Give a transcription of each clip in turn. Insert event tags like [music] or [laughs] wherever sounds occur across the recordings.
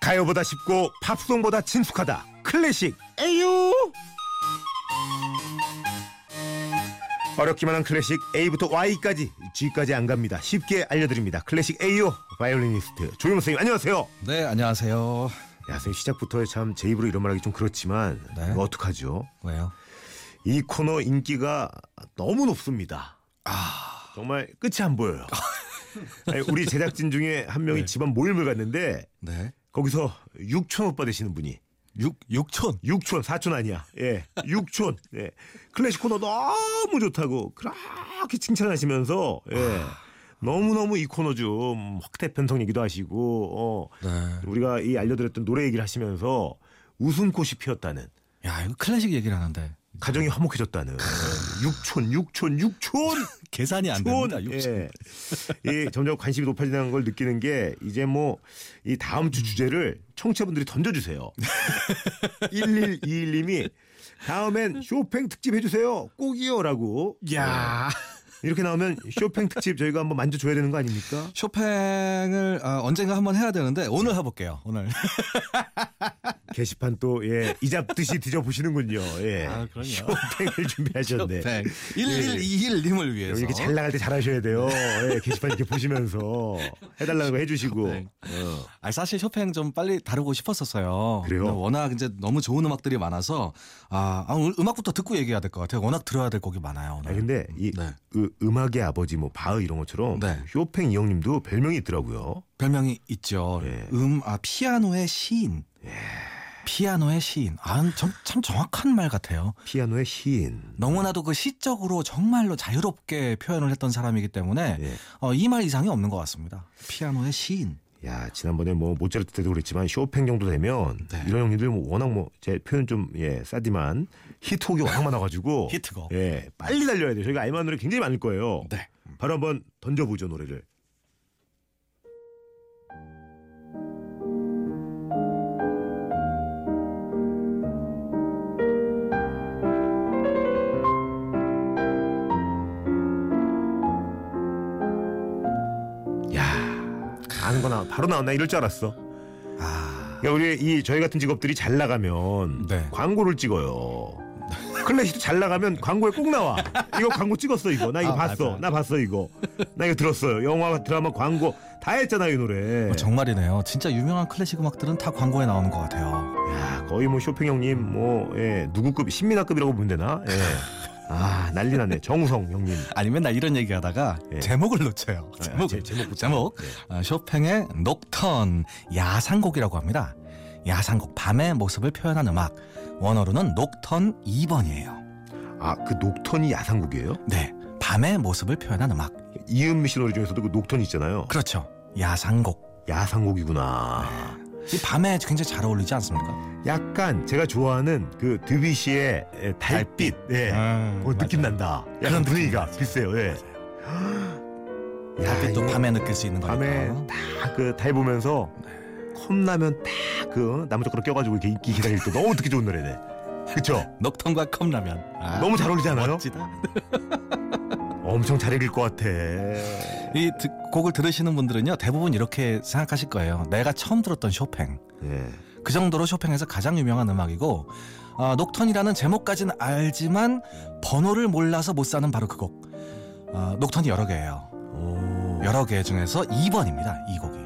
가요보다 쉽고 팝송보다 친숙하다 클래식 에유 어렵기만한 클래식 A부터 Y까지 G까지 안 갑니다 쉽게 알려드립니다 클래식 에유 바이올리니스트 조용 선생님 안녕하세요 네, 안녕하세요. 야 선생님 시작부터 참 제 입으로 이런 말하기 좀 그렇지만 네. 이거 어떡하죠 왜요? 이 코너 인기가 너무 높습니다 정말 끝이 안 보여요 아니, 우리 제작진 중에 한 명이 집안 모임을 갔는데 네. 거기서 6촌 오빠 되시는 분이 6 6천. 6촌, 4촌 아니야. 예. 6촌. 예. 클래식 코너 너무 좋다고 그렇게 칭찬하시면서 예. 너무너무 이 코너 좀 확대 편성 얘기도 하시고 어. 네. 우리가 이 알려드렸던 노래 얘기를 하시면서 웃음꽃이 피었다는 야, 이거 클래식 얘기를 하는데 가정이 화목해졌다는 6촌, 6촌, 6촌. 계산이 안 촌! 됩니다. 6천. 예. 이 점점 관심이 높아지는 걸 느끼는 게 이제 뭐 이 다음 주 주제를 청취자분들이 [laughs] 던져주세요. 1121님이 다음엔 쇼팽 특집 해주세요. 꼭이요라고. 네. 야. 이렇게 나오면 쇼팽 특집 저희가 한번 만져줘야 되는 거 아닙니까? 쇼팽을 아, 언젠가 한번 해야 되는데 오늘 해볼게요. 오늘. 게시판 또 예, 이잡듯이 뒤져보시는군요. 예. 아, 그럼요. 쇼팽을 준비하셨네. 쇼팽 1121님을 위해서. 여기 이렇게 잘 나갈 때 잘하셔야 돼요. 예, 게시판 이렇게 보시면서 해달라는 거 해주시고. 쇼팽. 어. 아, 사실 쇼팽 좀 빨리 다루고 싶었었어요. 그래요? 근데 워낙 이제 너무 좋은 음악들이 많아서 아, 아, 오늘 음악부터 듣고 얘기해야 될 것 같아요. 워낙 들어야 될 곡이 많아요. 아 오늘. 근데 이 네. 으- 음악의 아버지 뭐 바흐 이런 것처럼 네. 쇼팽 이 형님도 별명이 있더라고요. 별명이 있죠. 예. 음, 아, 피아노의 시인. 피아노의 시인. 아, 참, 참 정확한 말 같아요. 피아노의 시인. 너무나도 그 시적으로 정말로 자유롭게 표현을 했던 사람이기 때문에 어, 예. 이 말 이상이 없는 것 같습니다. 피아노의 시인. 야 지난번에 뭐 모차르트 때도 그랬지만 쇼팽 정도 되면 네. 이런 형님들 뭐 워낙 뭐 제 표현 좀예 싸디만 히트곡이 워낙 많아가지고 히트곡. 예 빨리 달려야 돼요. 저희가 알만한 노래 굉장히 많을 거예요. 네. 바로 한번 던져보죠 노래를. 야, 아는구나. 바로 나왔나 이럴 줄 알았어. 아, 그러니까 우리 이 저희 같은 직업들이 잘 나가면 네. 광고를 찍어요. 클래식도 잘 나가면 광고에 꼭 나와. 이거 광고 찍었어 이거. 나 이거 아, 봤어. 맞아요. 나 봤어 이거. 나 이거 들었어요. 영화 드라마 광고 다 했잖아 이 노래. 어, 정말이네요. 진짜 유명한 클래식 음악들은 다 광고에 나오는 것 같아요. 야, 거의 뭐 쇼팽 형님 뭐 예, 누구급 신민아급이라고 보면 되나? 예. 아 난리 났네. 정우성 형님. 아니 맨날 이런 얘기하다가 예. 제목을 놓쳐요. 아, 제목, 제- 제목, 예. 아, 쇼팽의 녹턴 야상곡이라고 합니다. 야상곡 밤의 모습을 표현한 음악. 원어로는 녹턴 2번이에요. 아 그 녹턴이 야상곡이에요? 네, 밤의 모습을 표현한 음악. 이은미 씨 노래 중에서도 그 녹턴 있잖아요. 그렇죠. 네. 야상곡. 야상곡이구나. 이 밤에 굉장히 잘 어울리지 않습니까? 약간 제가 좋아하는 그 드뷔시의 예, 달빛. 예. 어, 느낌 난다. 아, 그런 약간 느낌 분위기가 비슷해요. 예. 달빛도 야, 밤에 느낄 수 있는 이 거니까. 아, 예. 네. 밤에 딱 그 달 보면서 컵라면 딱그 나무젓가락 껴가지고 이렇게 입기 기다릴 때 너무 듣기 좋은 노래네. 그쵸? 녹턴과 컵라면. 아, 너무 잘 어울리잖아요. 멋지다. 엄청 잘 읽을 것 같아. 이 드- 곡을 들으시는 분들은요 대부분 이렇게 생각하실 거예요. 내가 처음 들었던 쇼팽. 예. 그 정도로 쇼팽에서 가장 유명한 음악이고 아, 녹턴이라는 제목까지는 알지만 번호를 몰라서 못 사는 바로 그 곡. 아, 녹턴이 여러 개예요. 오. 여러 개 중에서 2번입니다. 이 곡이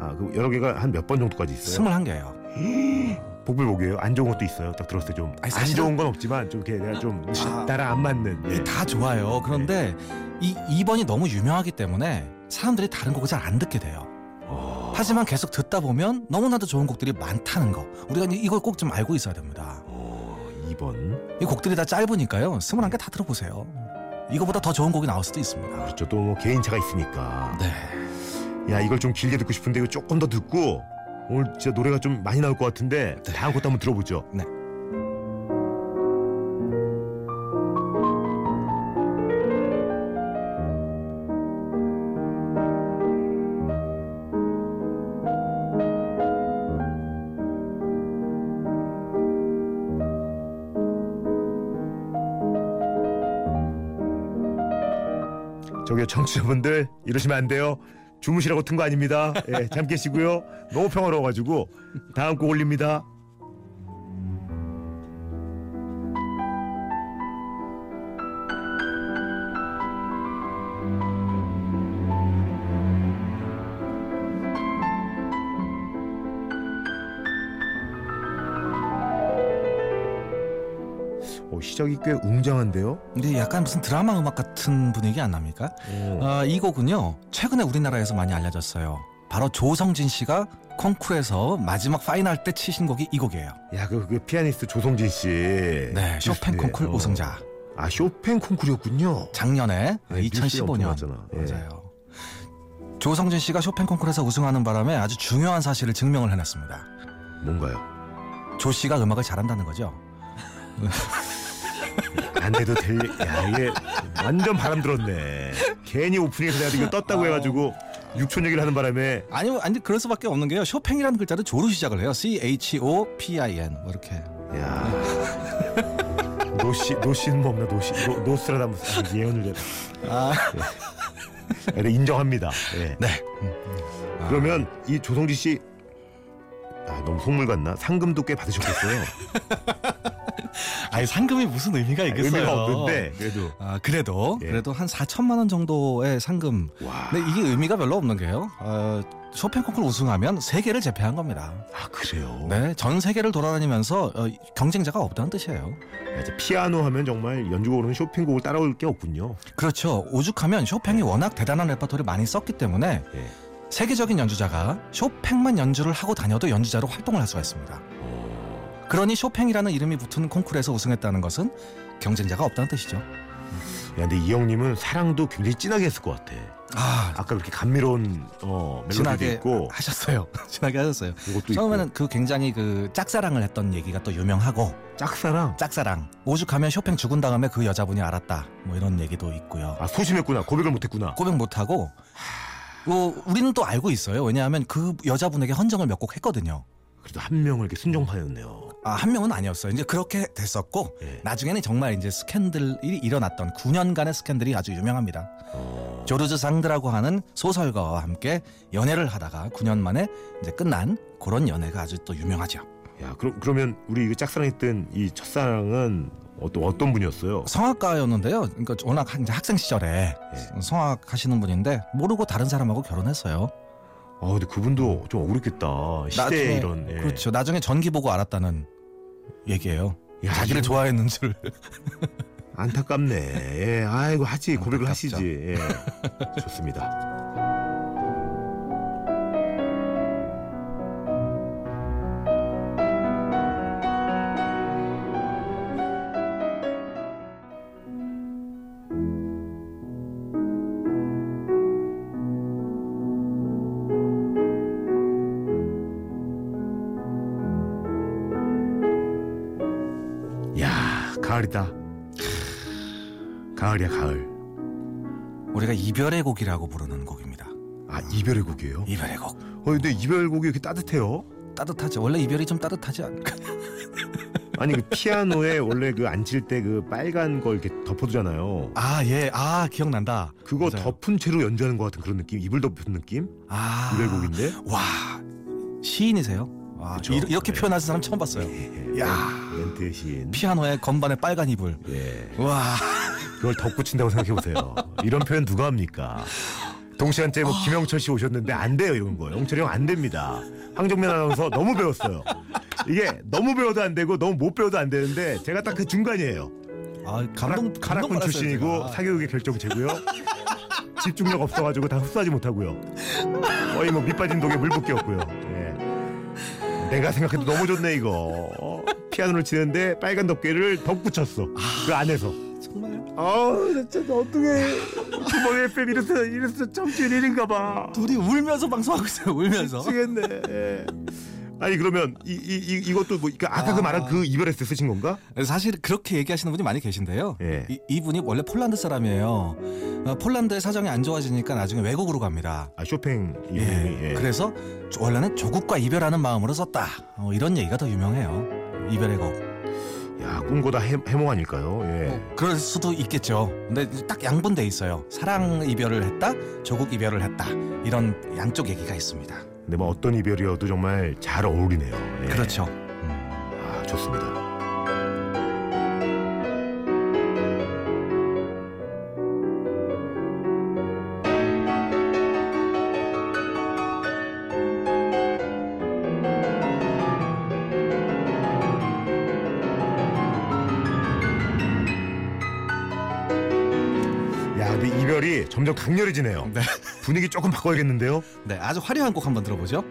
아, 그 여러 개가 한 몇 번 정도까지 있어요? 21개예요. [gasps] 복불복이에요. 안 좋은 것도 있어요. 딱 들었을 때 좀. 아니, 안 사실은- 좋은 건 없지만 좀 이렇게 내가 좀 아. 나랑 안 맞는. 예. 다 좋아요. 그런데 이 2번이 너무 유명하기 때문에 사람들이 다른 곡을 잘 안 듣게 돼요. 어. 하지만 계속 듣다 보면 너무나도 좋은 곡들이 많다는 거. 우리가 이제 이걸 꼭 좀 알고 있어야 됩니다. 어, 2번. 이 곡들이 다 짧으니까요. 21개 다 들어보세요. 이거보다 더 좋은 곡이 나올 수도 있습니다. 그렇죠. 또 뭐 개인차가 있으니까. 네. 야 이걸 좀 길게 듣고 싶은데 이거 조금 더 듣고 오늘 진짜 노래가 좀 많이 나올 것 같은데 다음 것도 한번 들어보죠. 네. 저기요 청취자분들 이러시면 안 돼요. 주무시라고 튼 거 아닙니다. 예, 잠 깨시고요. 너무 평화로워가지고 다음 곡 올립니다. 오, 시작이 꽤 웅장한데요. 근데 약간 무슨 드라마 음악 같은 분위기 안 납니까? 오. 아, 이 곡은요 최근에 우리나라에서 많이 알려졌어요. 바로 조성진 씨가 콩쿠르에서 마지막 파이널 때 치신 곡이 이 곡이에요. 야, 그, 그 피아니스트 조성진 씨. 네, 쇼팽 네, 콩쿠르 어. 우승자. 아, 쇼팽 콩쿠르였군요. 작년에 네, 뉴스에 엄청 2015년 났잖아. 예. 맞아요. 조성진 씨가 쇼팽 콩쿠르에서 우승하는 바람에 아주 중요한 사실을 증명을 해냈습니다. 뭔가요? 조 씨가 음악을 잘한다는 거죠. 안 해도 될. 일- 야, 이게 완전 바람 들었네. 괜히 오프닝에서 내가 이거 떴다고 아우. 해가지고 6촌 얘기를 하는 바람에 아니, 아니 그럴 수밖에 없는 게요. 쇼팽이라는 글자를 조로 시작을 해요. C H O P I N 뭐 이렇게. 야. 노시 노시는 뭐 없나 노시 노, 노스라다무스 아니, 예언을 해라. 아, 근데 인정합니다. 예. 네. 음, 음. 아, 그러면 이 조성진 씨 아, 너무 속물 같나? 상금도 꽤 받으셨겠어요. 아니 상금이 무슨 [laughs] 의미가 아, 있겠어요. 의미가 없는데 그래도 아 그래도 예. 그래도 한 4천만 원 정도의 상금. 와. 근데 이게 의미가 별로 없는 게요. 어, 쇼팽 콩쿠르 우승하면 세계를 제패한 겁니다. 아 그래요. 네, 전 세계를 돌아다니면서 어, 경쟁자가 없다는 뜻이에요. 아, 이제 피아노 하면 정말 연주곡으로는 쇼핑곡을 따라올 게 없군요. 그렇죠. 오죽하면 쇼팽이 워낙 대단한 레퍼토리를 많이 썼기 때문에 예. 세계적인 연주자가 쇼팽만 연주를 하고 다녀도 연주자로 활동을 할 수가 있습니다. 어. 그러니 쇼팽이라는 이름이 붙은 콩쿠르에서 우승했다는 것은 경쟁자가 없다는 뜻이죠. 야, 근데 이 형님은 사랑도 굉장히 진하게 했을 것 같아. 아, 아까 그렇게 감미로운 어, 멜로디도 진하게 있고 하셨어요. [laughs] 진하게 하셨어요. 이것도 처음에는 그 굉장히 그 짝사랑을 했던 얘기가 또 유명하고 있고 짝사랑. 짝사랑 오죽하면 쇼팽 죽은 다음에 그 여자분이 알았다 뭐 이런 얘기도 있고요. 아 소심했구나. 고백을 못했구나. 고백 못하고 뭐 우리는 또 알고 있어요. 왜냐하면 그 여자분에게 헌정을 몇 곡 했거든요. 그래도 한 명을 이렇게 순종파였네요. 아, 한 명은 아니었어요. 이제 그렇게 됐었고 예. 나중에는 정말 이제 스캔들이 일어났던 9년간의 스캔들이 아주 유명합니다. 어, 조르즈 상드라고 하는 소설가와 함께 연애를 하다가 9년 만에 이제 끝난 그런 연애가 아주 또 유명하죠. 야 그럼 그러면 우리 이 짝사랑했던 이 첫사랑은 어떤 어떤 분이었어요? 성악가였는데요. 그러니까 워낙 학- 이제 학생 시절에 예. 성악 하시는 분인데 모르고 다른 사람하고 결혼했어요. 아 근데 그분도 좀 억울했겠다. 시대 에 나중에- 이런. 예. 그렇죠. 나중에 전기 보고 알았다는 얘기예요. 야, 자기를 [laughs] 이거 좋아했는 줄. 안타깝네. 예, 아이고 하지 고백을 안타깝죠. 하시지. 예. 좋습니다. 야 가을이다. 가을이야 가을. 우리가 이별의 곡이라고 부르는 곡입니다. 아 이별의 곡이에요? 이별의 곡. 어 근데 이별곡이 이렇게 따뜻해요? 따뜻하죠. 원래 이별이 좀 따뜻하지 않을까? 아니 그 피아노에 원래 그 앉힐 때 그 빨간 걸 이렇게 덮어두잖아요. 아 예. 아 기억난다. 그거 맞아요. 덮은 채로 연주하는 것 같은 그런 느낌, 이불 덮은 느낌? 아 이별곡인데? 와 시인이세요? 와, 그쵸. 이, 이렇게 네. 표현하는 사람 처음 봤어요. 예, 야. 멘트의 시인. 피아노에 건반에 빨간 이불. 예. 와. 그걸 덮고 친다고 생각해 보세요. 이런 표현 누가 합니까? 동시간째 뭐 아. 김영철 씨 오셨는데 안 돼요 이런 거. 영철이 형 안 됩니다. 황정민 아나운서 너무 배웠어요. 이게 너무 배워도 안 되고 너무 못 배워도 안 되는데 제가 딱 그 중간이에요. 아 감동 가락, 감동 가락군 받았어요, 출신이고 제가. 사교육의 [laughs] 결정체고요. 집중력 없어가지고 다 흡수하지 못하고요. 거의 뭐 밑빠진 독에 물붓기였고요. 예. 내가 생각해도 너무 좋네 이거. 어, 피아노를 치는데 빨간 덮개를 덧붙였어. 그 안에서. 정말 아우 진짜 어떻게 주먹에 뺨 이래서 이래서 청춘 일인가 봐. 둘이 울면서 방송하고 있어요. 울면서. [laughs] 미치겠네. 예. 아니 그러면 이 이 이, 것도뭐 그러니까 아까 그 아. 말한 그 이별했을 때 쓰신 건가? 네, 사실 그렇게 얘기하시는 분이 많이 계신데요. 예. 이, 이분이 원래 폴란드 사람이에요. 어, 폴란드의 사정이 안 좋아지니까 나중에 외국으로 갑니다. 아 쇼팽 이름이. 예. 예. 그래서 조- 원래는 조국과 이별하는 마음으로 썼다. 어, 이런 얘기가 더 유명해요. 이별의 곡. 야, 꿈보다 해, 해몽 아닐까요? 예. 뭐 그럴 수도 있겠죠. 근데 딱 양분돼 있어요. 사랑 이별을 했다, 조국 이별을 했다 이런 양쪽 얘기가 있습니다. 근데 뭐 어떤 이별이어도 정말 잘 어울리네요. 예. 그렇죠. 음. 아, 좋습니다. 야, 근데 이별이 점점 강렬해지네요. 네. 분위기 조금 바꿔야겠는데요. 네, 아주 화려한 곡 한번 들어보죠.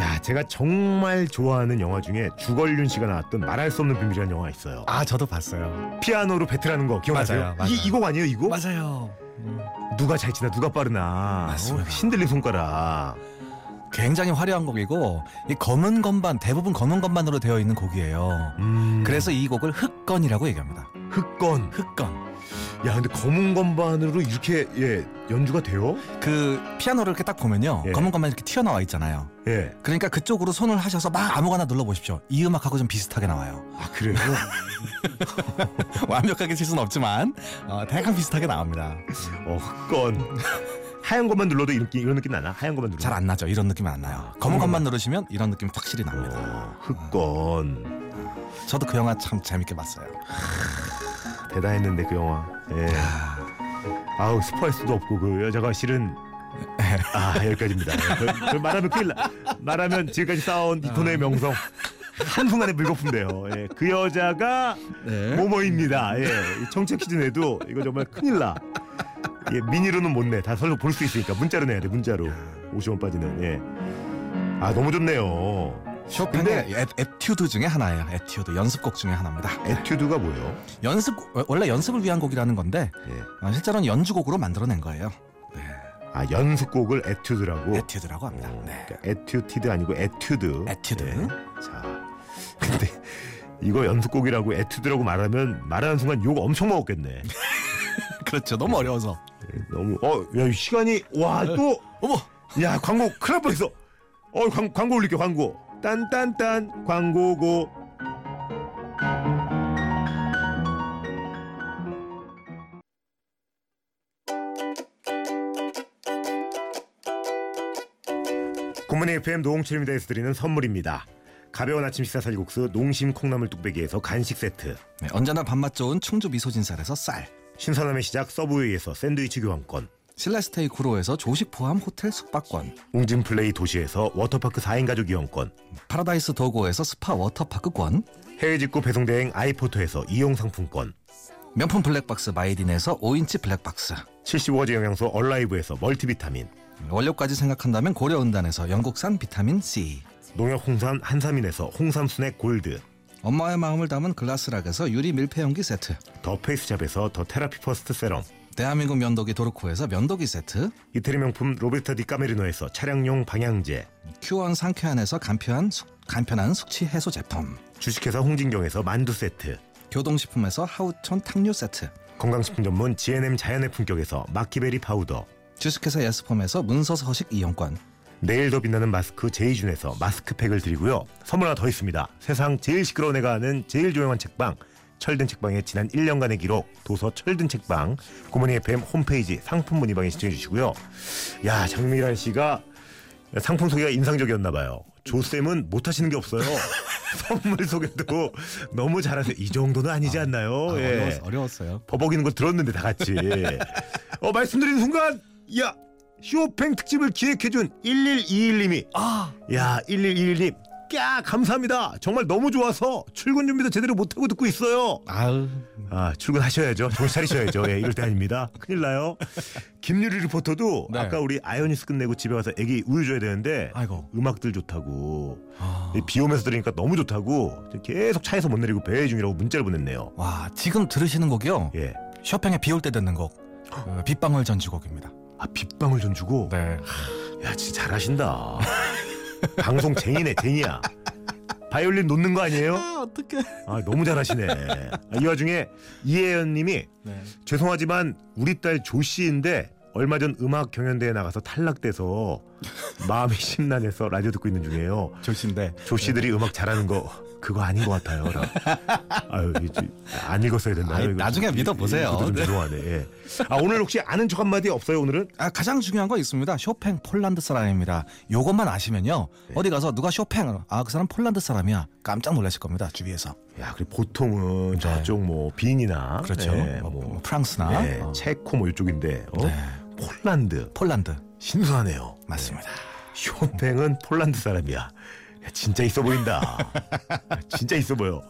야, 제가 정말 좋아하는 영화 중에 주걸륜 씨가 나왔던 말할 수 없는 비밀이라는 영화 있어요. 아, 저도 봤어요. 피아노로 배틀하는 거 기억나세요? 맞아요, 맞아요. 이곡 아니에요, 이 곡? 맞아요. 음. 누가 잘 치나 누가 빠르나. 맞습니다. 어, 신들린 손가락. 굉장히 화려한 곡이고 이 검은 건반 대부분 검은 건반으로 되어 있는 곡이에요. 음, 그래서 이 곡을 흑건이라고 얘기합니다. 흑건. 흑건. 야, 근데 검은 건반으로 이렇게 예, 연주가 돼요? 그 피아노를 이렇게 딱 보면요, 예. 검은 건반 이렇게 튀어나와 있잖아요. 예. 그러니까 그쪽으로 손을 하셔서 막 아무거나 눌러보십시오. 이 음악하고 좀 비슷하게 나와요. 아, 그래요? [laughs] 완벽하게 칠 수는 없지만 어, 대강 비슷하게 나옵니다. 어, [laughs] 흑건. 하얀 것만 눌러도 이런, 이런 느낌 나나? 하얀 것만 눌러도. 잘 아- 안 나죠. 이런 느낌은 안 나요. 검은 것만 누르시면 이런 느낌 확실히 납니다. 어, 흑건. 저도 그 영화 참 재밌게 봤어요. 대단했는데 그 영화. 예. 아우 스포할 수도 없고 그 여자가 실은 아 여기까지입니다. 그- 그 말하면 큰일 나. 말하면 지금까지 쌓아온 이토의 명성 한순간에 물거품돼요. 예. 그 여자가 네. 모모입니다. 예. 이 청취 퀴즈 내도 이거 정말 큰일 나. 예, 미니로는 못 내. 다 설로 볼 수 있으니까 문자로 내야 돼. 문자로. 50원 빠지는. 예. 아 너무 좋네요. 쇼팽의 에, 에튜드 중에 하나예요. 에튜드 연습곡 중에 하나입니다. 에튜드가 뭐예요? 연습 어, 원래 연습을 위한 곡이라는 건데 예. 어, 실제로는 연주곡으로 만들어낸 거예요. 아 연습곡을 에튜드라고. 에튜드라고 합니다. 어, 네. 그러니까 에튜티드 아니고 에튜드. 에튜드. 자, [laughs] 근데 이거 연습곡이라고 에튜드라고 말하면 말하는 순간 욕 엄청 [laughs] 먹었겠네. 그렇죠. 너무 어려워서. 너무 어야 시간이 와 네. 또 어머. 야 광고 큰일 날 뻔했어. 어 광, 광고 올릴게 광고. 딴딴딴 광고고. 굿모닝 FM 노홍철입니다에서 드리는 선물입니다. 가벼운 아침 식사 살국수 농심 콩나물 뚝배기에서 간식 세트. 네, 언제나 밥맛 좋은 충주 미소진쌀에서 쌀. 신선함의 시작 서브웨이에서 샌드위치 교환권. 신라스테이 구로에서 조식 포함 호텔 숙박권. 웅진플레이 도시에서 워터파크 4인 가족 이용권. 파라다이스 도고에서 스파 워터파크권. 해외 직구 배송대행 아이포토에서 이용 상품권 명품 블랙박스 마이딘에서 5인치 블랙박스 75가지 영양소 얼라이브에서 멀티비타민 원료까지 생각한다면 고려은단에서 영국산 비타민 C 농협 홍삼 한삼인에서 홍삼 순액 골드 엄마의 마음을 담은 글라스락에서 유리 밀폐용기 세트 더 페이스샵에서 더 테라피 퍼스트 세럼 대한민국 면도기 도르코에서 면도기 세트 이태리 명품 로베르타 디 까메리노에서 차량용 방향제 큐원 상쾌한에서 간편한, 숙, 간편한 숙취 해소 제품 주식회사 홍진경에서 만두 세트 교동식품에서 하우촌 탕류 세트 건강식품 전문 GNM 자연의 품격에서 마키베리 파우더 주식회사 예스폼에서 문서 서식 이용권 내일 더 빛나는 마스크 제이준에서 마스크팩을 드리고요 선물 하나 더 있습니다 세상 제일 시끄러운 애가 아는 제일 조용한 책방 철든 책방의 지난 1년간의 기록 도서 철든 책방 고모니 FM 홈페이지 상품 문의방에 신청해 주시고요 야 장미란 씨가 상품 소개가 인상적이었나 봐요 조쌤은 못하시는 게 없어요 [laughs] 선물 소개도 너무 잘하세요 이 정도는 아니지 않나요 아, 예. 어려웠, 어려웠어요 버벅이는 거 들었는데 다 같이. 어 말씀드린 순간 야 쇼팽 특집을 기획해준 1121님이 아 야 1121님 까 감사합니다. 정말 너무 좋아서 출근 준비도 제대로 못하고 듣고 있어요. 아우 아 출근하셔야죠. 정신 차리셔야죠. 예, 이럴 때 아닙니다. 큰일 나요. 김유리 리포터도 네. 아까 우리 아이오니스 끝내고 집에 와서 애기 우유줘야 되는데 아이고 음악들 좋다고 아. 이비 오면서 들으니까 너무 좋다고 계속 차에서 못 내리고 배회 중이라고 문자를 보냈네요. 와 지금 들으시는 곡이요 예. 쇼팽의 비올 때 듣는 곡 어, 빗방울 전주곡입니다 아 빗방울 전 주고 네 야 진짜 잘하신다. 방송 쟁이네 쟁이야. 바이올린 놓는 거 아니에요? 아, 어떡해. 아 너무 잘하시네. 아, 이 와중에 이혜연님이 네. 죄송하지만 우리 딸 조씨인데 얼마 전 음악 경연대회 나가서 탈락돼서 마음이 심란해서 라디오 듣고 있는 중이에요. 조신데 조 씨들이 음악 잘하는 거 그거 아닌 것 같아요. 라고. 아유 이게 좀- 안 읽었어야 됐나요? 아니, 이거 좀- 나중에 믿어보세요. 이것도 좀 네. 죄송하네. 예. 아 오늘 혹시 아는 척 한마디 없어요 오늘은? 아, 가장 중요한 거 있습니다. 쇼팽 폴란드 사람입니다. 요것만 아시면요. 어디 가서 누가 쇼팽 아 그 사람 폴란드 사람이야 깜짝 놀라실 겁니다 주위에서. 야 그리고 보통은 저쪽 뭐 빈이나 네. 그렇죠. 예, 뭐, 뭐 뭐 프랑스나 예, 어, 체코 뭐 이쪽인데 어? 네, 폴란드 폴란드 신선하네요. 맞습니다. 쇼팽은 폴란드 사람이야. 야, 진짜 있어 [laughs] 보인다. 진짜 있어 보여.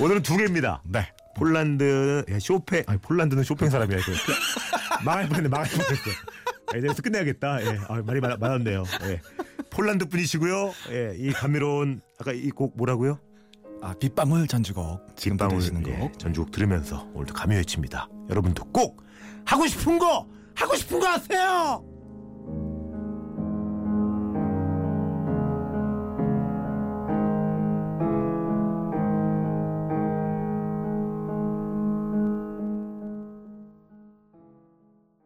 오늘은 두 개입니다. 네. 폴란드는 야, 쇼팽 아니 폴란드는 쇼팽 사람이야 이거 [laughs] 망할 뻔했네 망할 뻔했어 아, 이제서 끝내야겠다 예, 아, 말이 많, 많았네요 예. 폴란드 분이시고요 예, 이 감미로운 아까 이 곡 뭐라고요? 아 빗방울 전주곡 지금 뒷방울, 들으시는 예, 곡. 전주곡 들으면서 오늘도 감미외칩니다 여러분도 꼭 하고 싶은 거 하고 싶은 거 하세요